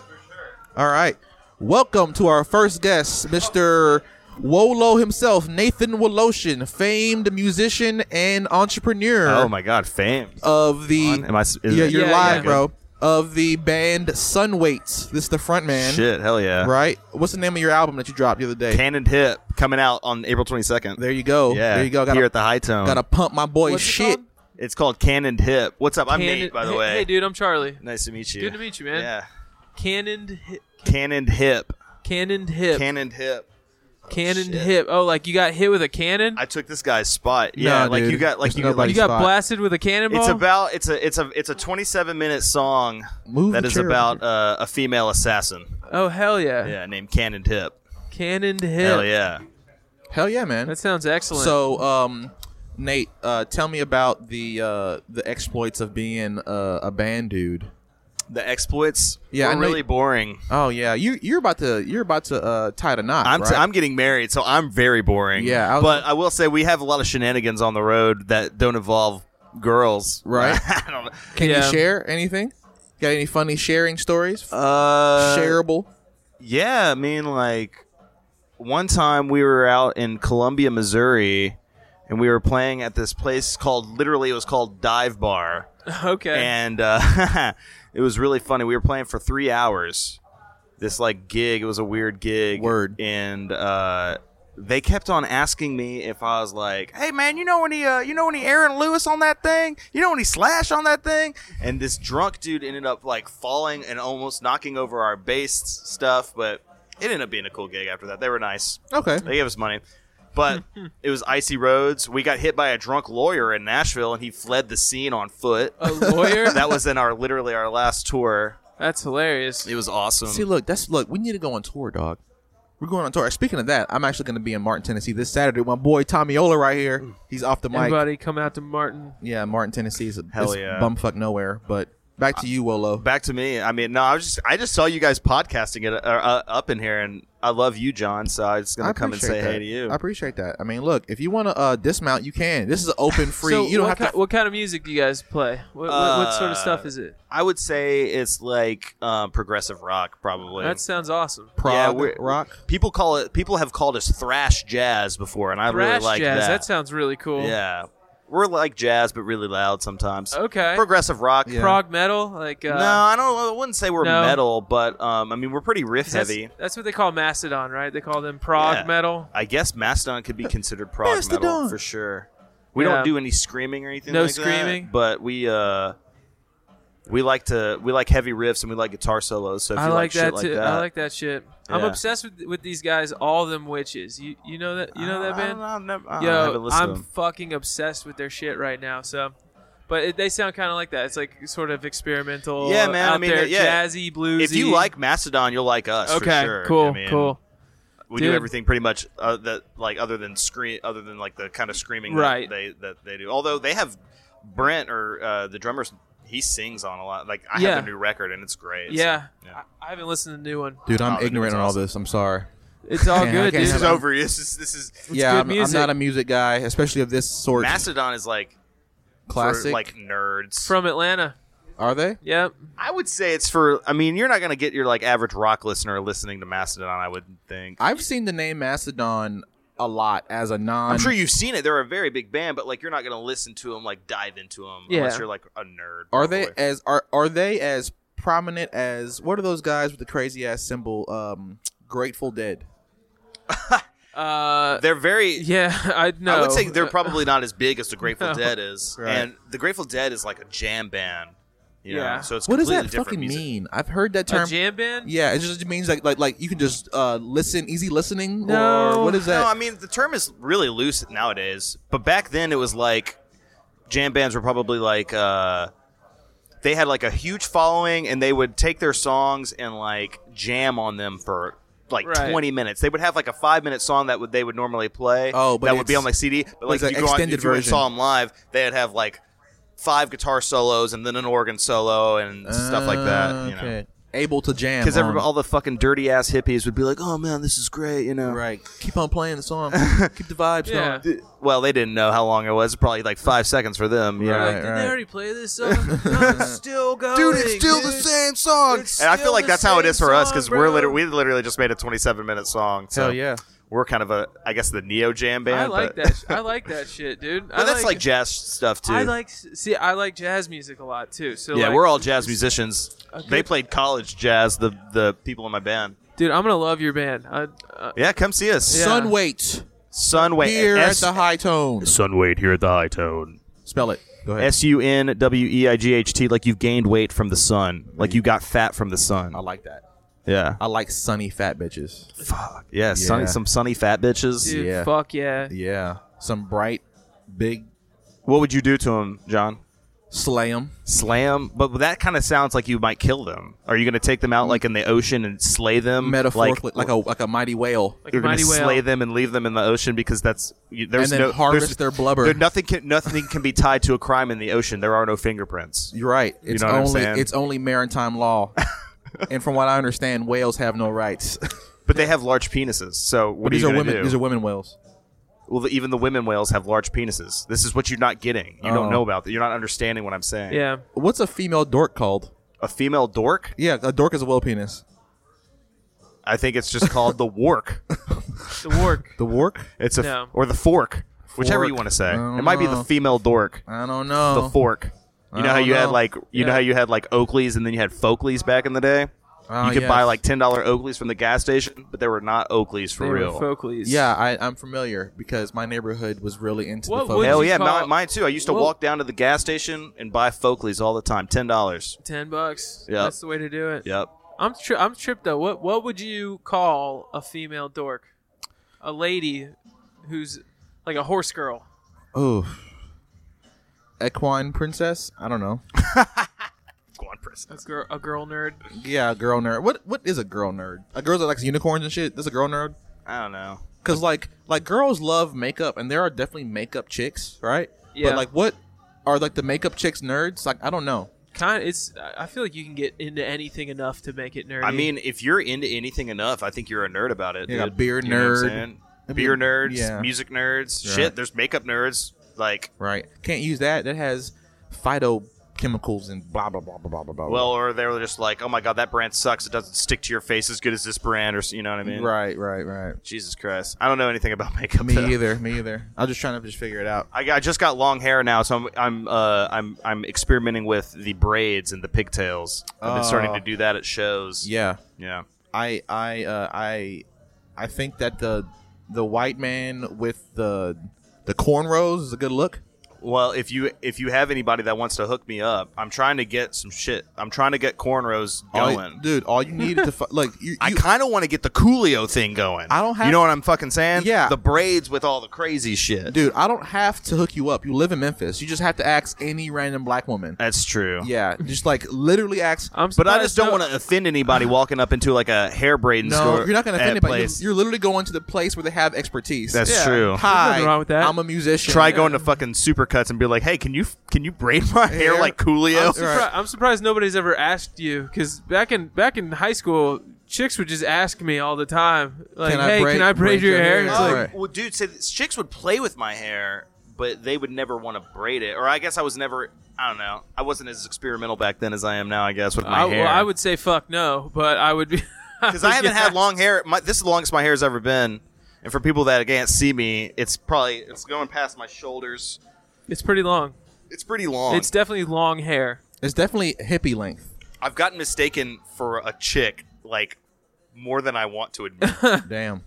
Speaker 6: All right. Welcome to our first guest, Mr. Wolo himself, Nathan Woloshin, famed musician and entrepreneur
Speaker 2: Oh my god, fame.
Speaker 6: of the.
Speaker 2: Am I? s- Is
Speaker 6: yeah,
Speaker 2: it-
Speaker 6: you're
Speaker 7: Yeah,
Speaker 6: live,
Speaker 7: yeah.
Speaker 6: bro. of the band Sunweights. This is the front man.
Speaker 2: Shit, hell yeah.
Speaker 6: Right? What's the name of your album that you dropped the other day?
Speaker 2: Cannoned Hip coming out on April 22nd.
Speaker 6: there you go.
Speaker 2: yeah.
Speaker 6: There you go.
Speaker 2: Here
Speaker 6: Gotta,
Speaker 2: at the High Tone.
Speaker 6: gotta pump my boy
Speaker 7: What's it
Speaker 6: shit.
Speaker 7: called?
Speaker 2: it's called Cannoned Hip. What's up? I'm
Speaker 7: Cannoned-
Speaker 2: Nate, by the
Speaker 7: hey,
Speaker 2: way.
Speaker 7: Hey, dude, I'm Charlie.
Speaker 2: Nice to meet you.
Speaker 7: Good to meet you, man.
Speaker 2: Yeah.
Speaker 7: Cannoned, hip,
Speaker 2: Cannoned Hip.
Speaker 7: cannoned hip,
Speaker 2: Cannoned Hip.
Speaker 7: cannoned
Speaker 2: shit.
Speaker 7: hip. Oh, like you got hit with a cannon?
Speaker 2: I took this guy's spot. Yeah, like
Speaker 6: dude.
Speaker 2: you got like
Speaker 6: There's
Speaker 2: you
Speaker 6: nobody
Speaker 2: like
Speaker 7: you got
Speaker 6: spot.
Speaker 7: blasted with a cannonball.
Speaker 2: It's about it's a it's a it's a 27 minute song
Speaker 6: Move
Speaker 2: that
Speaker 6: the
Speaker 2: is
Speaker 6: chair
Speaker 2: about uh, a female assassin.
Speaker 7: oh hell yeah,
Speaker 2: Yeah, named Cannoned Hip.
Speaker 7: cannoned hip.
Speaker 2: Hell yeah.
Speaker 6: Hell yeah, man.
Speaker 7: That sounds excellent.
Speaker 6: So, um, Nate, uh, tell me about the uh, the exploits of being uh, a band dude.
Speaker 2: The exploits
Speaker 6: Yeah, I
Speaker 2: were
Speaker 6: know
Speaker 2: really
Speaker 6: you-
Speaker 2: boring.
Speaker 6: Oh yeah, you you're about to you're about to uh, tie the knot.
Speaker 2: I'm,
Speaker 6: right?
Speaker 2: t- I'm getting married, so I'm very boring.
Speaker 6: Yeah, I was-
Speaker 2: but I will say we have a lot of shenanigans on the road that don't involve girls.
Speaker 6: Right.
Speaker 2: I don't know.
Speaker 6: Can
Speaker 7: Yeah.
Speaker 6: you share anything? Got any funny sharing stories?
Speaker 2: Uh,
Speaker 6: Shareable.
Speaker 2: Yeah, I mean, like one time we were out in Columbia, Missouri, and we were playing at this place called literally it was called Dive Bar,
Speaker 7: okay.
Speaker 2: and uh, it was really funny. We were playing for three hours. This like gig, it was a weird gig.
Speaker 6: Word.
Speaker 2: and uh, they kept on asking me if I was like, "Hey man, you know any uh, you know any Aaron Lewis on that thing? You know any Slash on that thing?" And this drunk dude ended up like falling and almost knocking over our bass stuff, but it ended up being a cool gig after that. They were nice.
Speaker 6: Okay.
Speaker 2: They gave us money. But it was icy roads. We got hit by a drunk lawyer in Nashville, and he fled the scene on foot.
Speaker 7: a lawyer?
Speaker 2: that was in our literally our last tour.
Speaker 7: That's hilarious.
Speaker 2: It was awesome.
Speaker 6: See, look, that's look. We need to go on tour, dog. We're going on tour. Speaking of that, I'm actually going to be in Martin, Tennessee this Saturday. My boy Tommy Ola right here. He's off the mic.
Speaker 7: Everybody come out to Martin.
Speaker 6: Yeah, Martin, Tennessee is a
Speaker 2: Hell
Speaker 6: is
Speaker 2: yeah.
Speaker 6: bumfuck nowhere. But back to you, Wolo.
Speaker 2: Back to me. I mean, no, I was just I just saw you guys podcasting it uh, uh, up in here, and I love you, John. So I was
Speaker 6: I
Speaker 2: gonna come and say
Speaker 6: appreciate that.
Speaker 2: hey to you.
Speaker 6: I appreciate that. I mean, look, if you want to uh, dismount, you can. This is open, free.
Speaker 7: So
Speaker 6: you don't
Speaker 7: what,
Speaker 6: have to.
Speaker 7: ki- what kind of music do you guys play? What, what, what sort of stuff is it?
Speaker 2: Uh, I would say it's like uh, progressive rock, probably.
Speaker 7: That sounds awesome.
Speaker 6: prog
Speaker 2: yeah, we're-
Speaker 6: rock.
Speaker 2: people call it. People have called us thrash jazz before, and I
Speaker 7: Thrash
Speaker 2: really like
Speaker 7: jazz.
Speaker 2: that.
Speaker 7: sounds really cool.
Speaker 2: yeah, we're like jazz, but really loud sometimes.
Speaker 7: Okay.
Speaker 2: Progressive rock.
Speaker 6: Yeah.
Speaker 7: Prog metal, like uh,
Speaker 2: No, I don't. I wouldn't say we're
Speaker 7: No.
Speaker 2: metal, but um, I mean we're pretty riff
Speaker 7: That's,
Speaker 2: heavy.
Speaker 7: that's what they call Mastodon, right? They call them prog
Speaker 2: Yeah.
Speaker 7: metal.
Speaker 2: I guess Mastodon could be considered prog metal
Speaker 6: Mastodon.
Speaker 2: for sure. We
Speaker 7: Yeah.
Speaker 2: don't do any screaming or anything.
Speaker 7: No
Speaker 2: like that,
Speaker 7: screaming?
Speaker 2: but we uh, we like to we like heavy riffs and we like guitar solos. So if
Speaker 7: I
Speaker 2: you
Speaker 7: like,
Speaker 2: like,
Speaker 7: that
Speaker 2: shit
Speaker 7: too.
Speaker 2: like that,
Speaker 7: I like that shit. I'm
Speaker 2: Yeah.
Speaker 7: obsessed with, with these guys, all them witches. You you know that you know that
Speaker 2: I don't
Speaker 7: band?
Speaker 2: know, I've never- I haven't
Speaker 7: Yo,
Speaker 2: listened to
Speaker 7: I'm
Speaker 2: 'em.
Speaker 7: fucking obsessed with their shit right now. So, but it, they sound kind of like that. It's like sort of experimental.
Speaker 2: Yeah, man,
Speaker 7: Out
Speaker 2: I mean,
Speaker 7: there,
Speaker 2: yeah.
Speaker 7: jazzy, bluesy.
Speaker 2: If you like Mastodon, you'll like us. for
Speaker 7: okay,
Speaker 2: sure.
Speaker 7: cool,
Speaker 2: I mean,
Speaker 7: cool.
Speaker 2: We
Speaker 7: Dude.
Speaker 2: do everything pretty much uh, that like other than scream, other than like the kind of screaming
Speaker 7: Right.
Speaker 2: that they that they do. Although they have Brent or uh, the drummers, he sings on a lot. Like I
Speaker 7: Yeah.
Speaker 2: have their new record and it's great.
Speaker 7: Yeah,
Speaker 2: Yeah.
Speaker 7: I, I haven't listened to the new one.
Speaker 6: Dude,
Speaker 2: Oh,
Speaker 6: I'm
Speaker 2: that
Speaker 6: ignorant
Speaker 2: dude's
Speaker 6: on all
Speaker 2: awesome.
Speaker 6: this. I'm sorry.
Speaker 7: It's all
Speaker 6: Man, I
Speaker 7: good,
Speaker 6: can't
Speaker 2: This
Speaker 7: dude.
Speaker 2: is over. This is this is
Speaker 6: yeah,
Speaker 7: good
Speaker 6: I'm, I'm
Speaker 7: music.
Speaker 6: not a music guy, especially of this sort.
Speaker 2: Mastodon is like for,
Speaker 6: classic.
Speaker 2: like nerds.
Speaker 7: From Atlanta.
Speaker 6: Are they?
Speaker 7: Yep.
Speaker 2: I would say it's for. I mean, you're not gonna get your like average rock listener listening to Mastodon. I would think.
Speaker 6: I've seen the name Mastodon a lot as a non.
Speaker 2: I'm sure you've seen it. They're a very big band, but like you're not gonna listen to them, like dive into them,
Speaker 7: Yeah.
Speaker 2: unless you're like a nerd.
Speaker 6: are they
Speaker 2: probably.
Speaker 6: as are are they as prominent as what are those guys with the crazy ass symbol? Um, Grateful Dead.
Speaker 7: Uh,
Speaker 2: They're very.
Speaker 7: yeah, I know.
Speaker 2: I would say they're probably not as big as the Grateful
Speaker 7: No.
Speaker 2: Dead is,
Speaker 6: Right.
Speaker 2: and the Grateful Dead is like a jam band. You know?
Speaker 7: Yeah.
Speaker 2: So it's
Speaker 6: What does
Speaker 2: completely
Speaker 6: that
Speaker 2: different
Speaker 6: fucking
Speaker 2: music.
Speaker 6: mean? I've heard that
Speaker 7: a
Speaker 6: term.
Speaker 7: jam band.
Speaker 6: Yeah, it just means like like like you can just uh listen easy listening
Speaker 7: No.
Speaker 6: or what is that?
Speaker 2: No, I mean the term is really loose nowadays, but back then it was like jam bands were probably like uh, they had like a huge following, and they would take their songs and like jam on them for like
Speaker 7: Right.
Speaker 2: 20 minutes. They would have like a five minute song that would they would normally play.
Speaker 6: Oh, but
Speaker 2: that would be
Speaker 6: it's-
Speaker 2: on like CD. But like
Speaker 6: it's
Speaker 2: if
Speaker 6: an
Speaker 2: you, go on,
Speaker 6: extended
Speaker 2: if you went and
Speaker 6: version.
Speaker 2: saw them live, they'd have like five guitar solos and then an organ solo and stuff like that. You know.
Speaker 6: Ah, Okay. Able to jam. um,
Speaker 2: Because
Speaker 6: on.
Speaker 2: all the fucking dirty ass hippies would be like, "Oh man, this is great," you know.
Speaker 6: right. Keep on playing the song. Keep the vibes
Speaker 7: Yeah.
Speaker 6: going.
Speaker 2: Well, they didn't know how long it was. Probably like five seconds for them. Yeah.
Speaker 6: Right.
Speaker 7: Like, did they already play this song? No, it's still going. dude.
Speaker 2: same song.
Speaker 7: It's
Speaker 2: and I
Speaker 7: still
Speaker 2: feel like
Speaker 7: the
Speaker 2: that's how it
Speaker 7: same
Speaker 2: is for us
Speaker 7: song,
Speaker 2: because
Speaker 7: bro.
Speaker 2: we're literally we literally just made a 27 minute song. So
Speaker 6: Hell yeah.
Speaker 2: We're kind of a, I guess, the neo jam band.
Speaker 7: I like
Speaker 2: but,
Speaker 7: that. sh- I like that shit, dude.
Speaker 2: But that's like, jazz stuff too.
Speaker 7: I like s- see. I like jazz music a lot too. So
Speaker 2: yeah,
Speaker 7: like,
Speaker 2: we're all jazz musicians. They played college jazz. The the people in my band.
Speaker 7: dude. I'm gonna love your band. I, uh,
Speaker 2: Yeah, come see us.
Speaker 7: Yeah.
Speaker 6: Sun waits
Speaker 2: Sun Wait.
Speaker 6: here at the high tone.
Speaker 2: Sun Wait here at the high tone.
Speaker 6: Spell it. Go ahead.
Speaker 2: S U N W E I G H T. Like you've gained weight from the sun. Like you got fat from the sun.
Speaker 6: I like that.
Speaker 2: Yeah.
Speaker 6: I like sunny fat bitches.
Speaker 2: Fuck. Yeah. Sunny,
Speaker 6: Yeah.
Speaker 2: some sunny fat bitches.
Speaker 7: dude,
Speaker 6: Yeah.
Speaker 7: fuck yeah.
Speaker 6: Yeah, some bright, big
Speaker 2: What would you do to them, John?
Speaker 6: slam.
Speaker 2: Slam, but that kind of sounds like you might kill them. Are you going to take them out like in the ocean and slay them
Speaker 6: metaphorically, like, a like a mighty whale.
Speaker 7: Like
Speaker 2: you're going
Speaker 7: Mighty
Speaker 2: to
Speaker 7: Whale.
Speaker 2: slay them and leave them in the ocean because that's you,
Speaker 6: And
Speaker 2: there's
Speaker 6: then
Speaker 2: no there's,
Speaker 6: harvest their blubber.
Speaker 2: there- nothing can nothing can be tied to a crime in the ocean. There are no fingerprints.
Speaker 6: You're right. It's
Speaker 2: know what I'm
Speaker 6: only
Speaker 2: saying?
Speaker 6: it's only maritime law. and from what I understand, whales have no rights.
Speaker 2: But they have large penises. So what are
Speaker 6: these
Speaker 2: you
Speaker 6: are
Speaker 2: going
Speaker 6: women.
Speaker 2: to do?
Speaker 6: These are women whales.
Speaker 2: well, the, even the women whales have large penises. This is what you're not getting. You
Speaker 6: Oh.
Speaker 2: don't know about that. You're not understanding what I'm saying.
Speaker 7: Yeah.
Speaker 6: What's a female dork called?
Speaker 2: A female dork?
Speaker 6: Yeah, a dork is a whale penis.
Speaker 2: I think it's just called the wark.
Speaker 7: The work.
Speaker 6: The work?
Speaker 2: It's a
Speaker 7: No.
Speaker 2: or the fork, whichever you
Speaker 6: Fork.
Speaker 2: want to say.
Speaker 6: I don't
Speaker 2: It might be
Speaker 6: know.
Speaker 2: the female dork,
Speaker 6: I don't
Speaker 2: the
Speaker 6: know.
Speaker 2: fork. You know how
Speaker 6: don't
Speaker 2: you had
Speaker 6: know.
Speaker 2: like you know
Speaker 7: Yeah.
Speaker 2: how you had like Oakleys and then you had Folkleys back in the day.
Speaker 6: Oh,
Speaker 2: you could
Speaker 6: yes.
Speaker 2: buy like ten dollar Oakleys from the gas station, but they were not Oakleys for
Speaker 7: They
Speaker 2: real.
Speaker 7: were Folkleys.
Speaker 6: Yeah, I, I'm familiar because my neighborhood was really into
Speaker 7: What
Speaker 6: the
Speaker 7: would
Speaker 6: folk.
Speaker 2: Hell
Speaker 7: What'd you
Speaker 2: yeah,
Speaker 7: call-
Speaker 2: mine, mine too. I used to
Speaker 7: Whoa.
Speaker 2: walk down to the gas station and buy Folkleys all the time, ten dollars.
Speaker 7: Ten bucks.
Speaker 2: Yep.
Speaker 7: That's the way to do it.
Speaker 2: Yep.
Speaker 7: I'm tri- I'm tripped though. What what would you call a female dork? A lady who's like a horse girl.
Speaker 6: Oh, equine princess? I don't know.
Speaker 7: A girl a girl nerd.
Speaker 6: Yeah, a girl nerd. What what is a girl nerd? A girl that likes unicorns and shit. That's a girl nerd.
Speaker 2: I don't know.
Speaker 6: Cause like like girls love makeup, and there are definitely makeup chicks, right?
Speaker 7: Yeah.
Speaker 6: But like, what are like the makeup chicks nerds? Like, I don't know.
Speaker 7: Kind it's I feel like you can get into anything enough to make it nerdy.
Speaker 2: I mean, if you're into anything enough, I think you're a nerd about it.
Speaker 6: You got
Speaker 2: dude.
Speaker 6: beer
Speaker 2: You know what I'm
Speaker 6: nerd.
Speaker 2: saying?
Speaker 6: I
Speaker 2: beer
Speaker 6: mean,
Speaker 2: nerds,
Speaker 6: yeah.
Speaker 2: music nerds,
Speaker 6: Right.
Speaker 2: shit. There's makeup nerds. Like,
Speaker 6: Right? Can't use that. That has phytochemicals and blah blah blah blah blah blah blah.
Speaker 2: well, or they were just like, oh my god, that brand sucks. It doesn't stick to your face as good as this brand, or s- you know what I mean?
Speaker 6: right, right, right.
Speaker 2: Jesus Christ, I don't know anything about makeup.
Speaker 6: Me
Speaker 2: though.
Speaker 6: either. Me either. I'm just trying to just figure it out.
Speaker 2: I, got- I just got long hair now, so I'm I'm uh, I'm I'm experimenting with the braids and the pigtails. I've been starting
Speaker 6: Oh.
Speaker 2: to do that at shows.
Speaker 6: Yeah.
Speaker 2: yeah.
Speaker 6: I I uh, I I think that the the white man with the the cornrows is a good look.
Speaker 2: Well, if you if you have anybody that wants to hook me up, I'm trying to get some shit. I'm trying to get cornrows
Speaker 6: All-
Speaker 2: going.
Speaker 6: dude. All you need to fu- like you,
Speaker 2: I
Speaker 6: Oh, you-
Speaker 2: kind of want to get the Coolio thing going.
Speaker 6: I don't have-
Speaker 2: You know what I'm fucking saying?
Speaker 6: Yeah.
Speaker 2: The braids with all the crazy shit.
Speaker 6: dude. I don't have to hook you up. You live in Memphis. You just have to ask any random black woman.
Speaker 2: That's true.
Speaker 6: Yeah, just like literally ask.
Speaker 7: I'm
Speaker 2: But I
Speaker 7: surprised
Speaker 2: just don't
Speaker 7: no-
Speaker 2: want to offend anybody walking up into like a hair braiding
Speaker 6: no,
Speaker 2: store.
Speaker 6: you're not gonna
Speaker 2: at
Speaker 6: offend anybody. You're,
Speaker 2: Place.
Speaker 6: you're literally going to the place where they have expertise.
Speaker 2: That's true.
Speaker 6: Hi,
Speaker 7: nothing wrong with that.
Speaker 6: I'm a musician.
Speaker 2: Try going to fucking Supercuts and be like, "Hey, can you can you braid my hair,
Speaker 6: Hair?
Speaker 2: like Coolio?"
Speaker 6: I'm
Speaker 7: Surpri-
Speaker 6: Right.
Speaker 7: I'm surprised nobody's ever asked you because back in back in high school, chicks would just ask me all the time, like,
Speaker 6: Can I
Speaker 7: "Hey,
Speaker 6: braid-
Speaker 7: can I braid, your, hair?" It's
Speaker 2: Oh,
Speaker 7: like,
Speaker 6: Right.
Speaker 2: well, dude, so these chicks would play with my hair, but they would never want to braid it. Or I guess I was never. I don't know. I wasn't as experimental back then as I am now. I guess with my
Speaker 7: I,
Speaker 2: hair.
Speaker 7: well, I would say fuck no, but I would be
Speaker 2: because I haven't
Speaker 7: Yeah.
Speaker 2: had long hair. My, this is the longest my hair's ever been, and for people that can't see me, it's probably it's going past my shoulders.
Speaker 7: It's pretty long.
Speaker 2: It's pretty long.
Speaker 7: It's definitely long hair.
Speaker 6: It's definitely hippie length.
Speaker 2: I've gotten mistaken for a chick like more than I want to admit.
Speaker 6: Damn.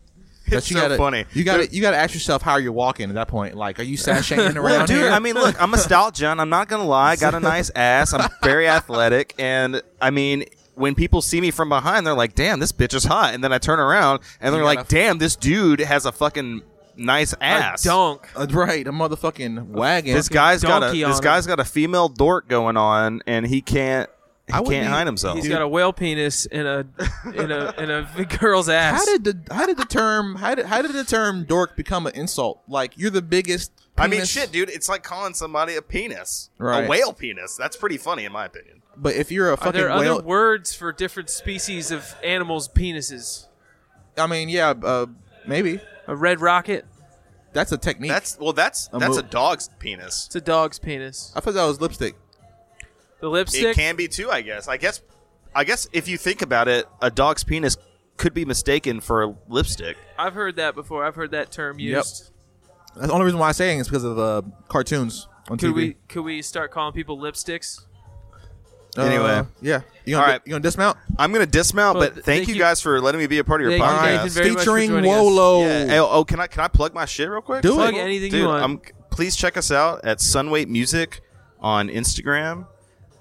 Speaker 2: it's
Speaker 6: But you
Speaker 2: so
Speaker 6: gotta,
Speaker 2: funny.
Speaker 6: You gotta you gotta ask yourself how you're walking at that point. Like, are you sashaying around
Speaker 2: Well, dude,
Speaker 6: here?
Speaker 2: I mean, look, I'm a stout John. I'm not gonna lie. I got a nice ass. I'm very athletic, and I mean, when people see me from behind, they're like, "Damn, this bitch is hot." And then I turn around, and they're
Speaker 6: You
Speaker 2: like,
Speaker 6: gotta-
Speaker 2: "Damn, this dude has a fucking nice ass."
Speaker 7: A donk.
Speaker 6: Uh, right, a motherfucking wagon.
Speaker 2: this guy's got a
Speaker 7: donkey on
Speaker 2: this
Speaker 7: him.
Speaker 2: guy's got a female dork going on, and he can't he
Speaker 6: I
Speaker 2: can't
Speaker 6: would be-
Speaker 2: hide himself.
Speaker 7: He's got a whale penis in a in a in a girl's ass.
Speaker 6: how did the how did the term how did how did the term dork become an insult? Like, you're the biggest.
Speaker 2: I mean,
Speaker 6: penis-
Speaker 2: shit, dude. It's like calling somebody a penis, a
Speaker 6: Right.
Speaker 2: whale penis. That's pretty funny, in my opinion.
Speaker 6: But if you're a
Speaker 7: Are
Speaker 6: fucking
Speaker 7: there
Speaker 6: whale,
Speaker 7: other words for different species of animals' penises?
Speaker 6: I mean, yeah, uh, maybe
Speaker 7: A red rocket.
Speaker 6: that's a technique.
Speaker 2: That's well, that's
Speaker 6: A
Speaker 2: that's
Speaker 6: mo-
Speaker 2: a dog's penis.
Speaker 7: It's a dog's penis.
Speaker 6: I thought that was lipstick.
Speaker 7: The
Speaker 2: It
Speaker 7: lipstick.
Speaker 2: can be too, I guess. I guess, I guess if you think about it, a dog's penis could be mistaken for lipstick.
Speaker 7: I've heard that before. I've heard that term used.
Speaker 6: Yep. That's the only reason why I'm saying it's because of uh, cartoons on
Speaker 7: Could
Speaker 6: TV.
Speaker 7: we could we start calling people lipsticks?
Speaker 6: Uh,
Speaker 2: Anyway.
Speaker 6: yeah. You gonna,
Speaker 2: All right.
Speaker 6: you gonna dismount?
Speaker 2: I'm gonna dismount,
Speaker 7: Well,
Speaker 2: but
Speaker 7: th-
Speaker 2: thank,
Speaker 7: thank
Speaker 2: you
Speaker 7: you-
Speaker 2: guys for letting me be a part of your
Speaker 7: Thank you,
Speaker 2: podcast.
Speaker 7: Nathan, very much for
Speaker 6: Featuring
Speaker 7: joining us.
Speaker 6: Wolo.
Speaker 2: Yeah. Hey, oh, can I can I plug my shit real quick?
Speaker 6: Do
Speaker 7: Plug
Speaker 6: it.
Speaker 7: anything
Speaker 2: Dude,
Speaker 7: you want.
Speaker 2: I'm, please check us out at Sunweight Music on Instagram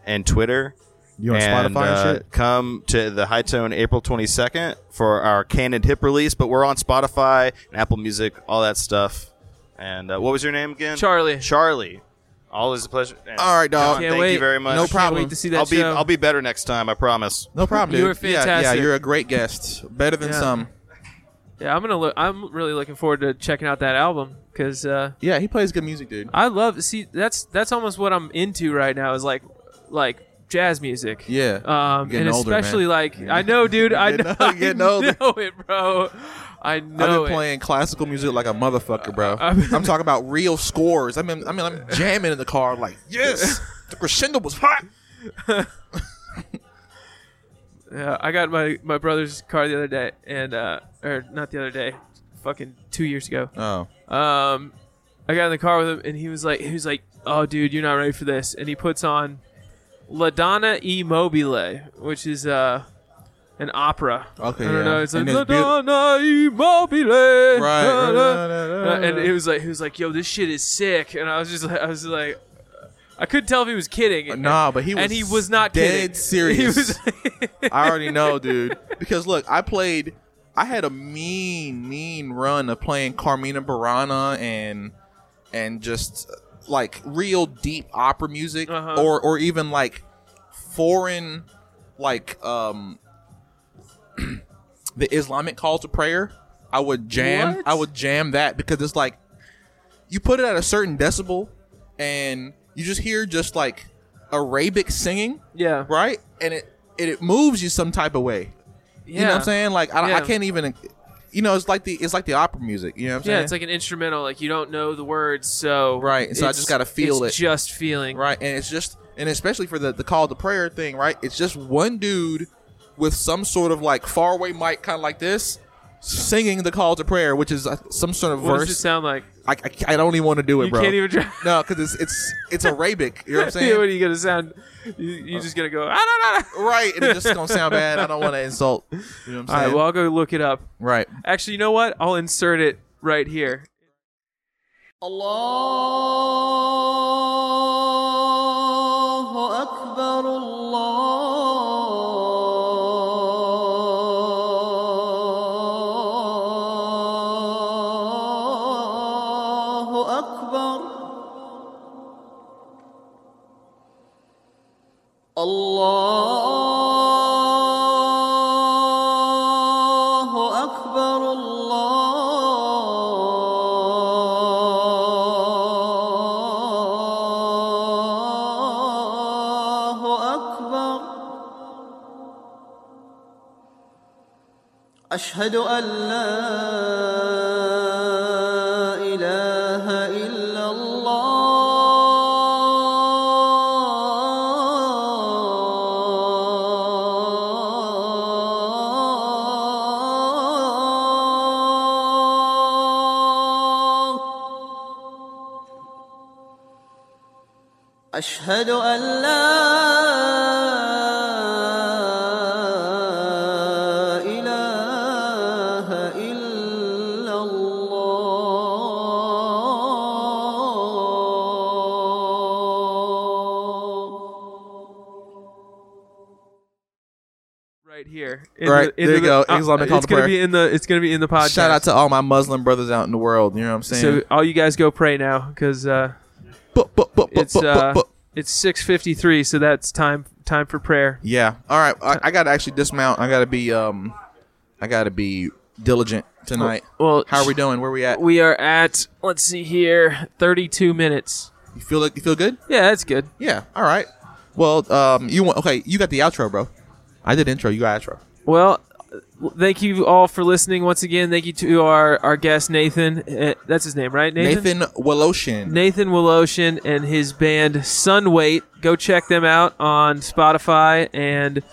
Speaker 2: and Twitter.
Speaker 6: You on
Speaker 2: and,
Speaker 6: Spotify and
Speaker 2: uh,
Speaker 6: shit?
Speaker 2: Come to the High Tone April 22nd for our Canon Hip release, but we're on Spotify and Apple Music, all that stuff. And uh, what was your name again?
Speaker 7: Charlie.
Speaker 2: Charlie. Always a pleasure. And
Speaker 6: All right, dog.
Speaker 2: John,
Speaker 7: Can't
Speaker 2: thank
Speaker 7: wait.
Speaker 2: you very much.
Speaker 6: No
Speaker 7: Can't
Speaker 6: problem.
Speaker 7: wait to see that
Speaker 2: I'll be
Speaker 7: show.
Speaker 2: I'll be better next time. I promise.
Speaker 6: No problem, dude.
Speaker 7: You were
Speaker 6: Yeah, Yeah,
Speaker 7: fantastic.
Speaker 6: you're a great guest. Better than
Speaker 7: Yeah.
Speaker 6: some.
Speaker 7: yeah, I'm gonna look. I'm really looking forward to checking out that album because uh,
Speaker 6: Yeah, he plays good music, dude.
Speaker 7: I love. See, that's that's almost what I'm into right now is like like jazz music.
Speaker 6: Yeah.
Speaker 7: Um,
Speaker 6: Getting
Speaker 7: and
Speaker 6: older, man.
Speaker 7: especially like I know, dude. I
Speaker 6: Getting-
Speaker 7: know. I
Speaker 6: getting older.
Speaker 7: know it, bro. I
Speaker 6: I've
Speaker 7: know
Speaker 6: been
Speaker 7: it.
Speaker 6: playing classical music like a motherfucker, bro.
Speaker 7: I've been-
Speaker 6: I'm talking about real scores. I mean, I mean, I'm jamming in the car like, yes, the crescendo was hot.
Speaker 7: Yeah, I got my my brother's car the other day, and uh, or not the other day, fucking two years ago.
Speaker 6: Oh,
Speaker 7: Um, I got in the car with him, and he was like, he was like, "Oh, dude, you're not ready for this." And he puts on La Donna e Mobile, which is uh, an opera.
Speaker 6: Okay,
Speaker 7: I don't
Speaker 6: yeah.
Speaker 7: know. It's like
Speaker 6: And
Speaker 7: La
Speaker 6: it's beau-
Speaker 7: Donna e Mobile. Right.
Speaker 6: Right.
Speaker 7: Uh, and it was like he was like, "Yo, this shit is sick," and I was just like, I was like, I couldn't tell if he was kidding.
Speaker 6: Uh, Nah, but he was
Speaker 7: and he was not
Speaker 6: dead
Speaker 7: kidding.
Speaker 6: serious.
Speaker 7: He was.
Speaker 6: I already know, dude. Because look, I played. I had a mean, mean run of playing Carmina Burana and and just like real deep opera music,
Speaker 7: Uh-huh.
Speaker 6: or or even like foreign, like um, the Islamic call to prayer. I would jam.
Speaker 7: What?
Speaker 6: I would jam that because it's like you put it at a certain decibel, and you just hear just like Arabic singing
Speaker 7: yeah.
Speaker 6: right? And it and it moves you some type of way.
Speaker 7: Yeah.
Speaker 6: You know what I'm saying? Like I, don't- I
Speaker 7: Yeah.
Speaker 6: can't even. You know, it's like the it's like the opera music. You know what I'm
Speaker 7: Yeah,
Speaker 6: saying?
Speaker 7: it's like an instrumental. Like you don't know the words, so
Speaker 6: Right, so I
Speaker 7: it's-
Speaker 6: just gotta feel
Speaker 7: it's
Speaker 6: it.
Speaker 7: Just feeling.
Speaker 6: right, and it's just and especially for the the call to prayer thing, right? It's just one dude with some sort of like faraway mic, kind of like this, singing the call to prayer, which is uh, some sort of
Speaker 7: What does it
Speaker 6: verse.
Speaker 7: sound like?
Speaker 6: I, I, I don't even want to do it,
Speaker 7: You
Speaker 6: bro.
Speaker 7: can't even try.
Speaker 6: no, because it's it's it's Arabic. You know what I'm
Speaker 7: Yeah, what
Speaker 6: saying?
Speaker 7: are you gonna sound? You, you're just gonna go. "Ah, I don't know.
Speaker 6: right, and it's just gonna sound bad. I don't want to insult. You know what
Speaker 7: All
Speaker 6: I'm
Speaker 7: right,
Speaker 6: saying?
Speaker 7: well I'll go look it up.
Speaker 6: right.
Speaker 7: Actually, you know what? I'll insert it right here.
Speaker 8: أشهد أن لا إله إلا الله أشهد أن لا إله إلا الله
Speaker 7: Right here. In
Speaker 6: Right,
Speaker 7: in
Speaker 6: there you go.
Speaker 7: uh,
Speaker 6: Islamic call
Speaker 7: it's
Speaker 6: to
Speaker 7: gonna
Speaker 6: prayer.
Speaker 7: be in the. It's gonna be in the podcast.
Speaker 6: Shout out to all my Muslim brothers out in the world. You know what I'm
Speaker 7: So
Speaker 6: saying?
Speaker 7: all you guys go pray now, because uh,
Speaker 6: Bu- bu- bu- bu-
Speaker 7: it's
Speaker 6: bu- bu-
Speaker 7: uh,
Speaker 6: bu-
Speaker 7: it's six fifty three, so that's time time for prayer.
Speaker 6: Yeah. All right. I, I gotta actually dismount. I gotta be um, I gotta be diligent tonight.
Speaker 7: Well,
Speaker 6: How are we doing? Where we at?
Speaker 7: We are at let's see here, thirty two minutes.
Speaker 6: You feel like you feel good?
Speaker 7: Yeah, that's good.
Speaker 6: Yeah. All right. Well, um, you want okay? You got the outro, bro. I did intro. You got outro.
Speaker 7: Well, uh, thank you all for listening once again. Thank you to our our guest Nathan. Uh, that's his name, right?
Speaker 6: Nathan Woloshin.
Speaker 7: Nathan Woloshin and his band Sunweight. Go check them out on Spotify and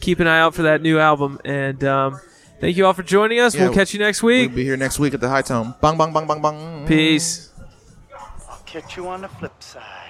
Speaker 7: keep an eye out for that new album. And um, Thank you all for joining us.
Speaker 6: Yeah.
Speaker 7: we'll catch you next week.
Speaker 6: We'll be here next week at the High Tone. Bang, bang, bang, bang, bang.
Speaker 7: Peace.
Speaker 3: Catch you on the flip side.